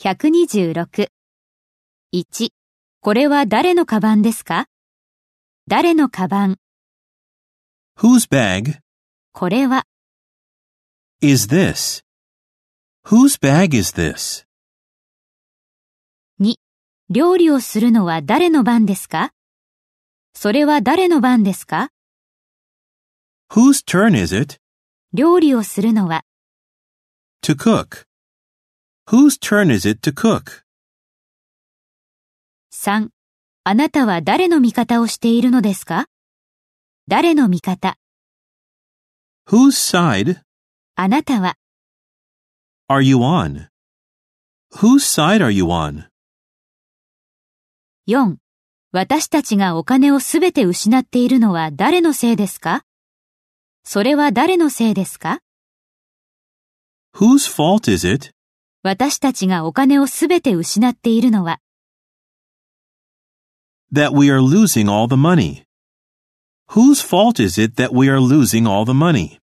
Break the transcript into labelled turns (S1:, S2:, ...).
S1: 126。1. これは誰のカバンですか誰のカバン、
S2: Whose bag
S1: これは、
S2: is this? Whose bag is this?
S1: 料理をするのは誰の番ですかそれは誰の番ですか
S2: Whose turn is it
S1: 料理をするのは、
S2: to cook? Whose turn is it to cook?
S1: 3. あなたは誰の味方をしているのですか誰の味方、
S2: Whose side
S1: あなたは、
S2: are you on? Whose side are you on?
S1: 4. 私たちがお金をすべて失っているのは誰のせいですかそれは誰のせいですか
S2: Whose fault is it
S1: 私たちがお金をすべて失っているのは、
S2: that we are losing all the money? Whose fault is it that we are losing all the money?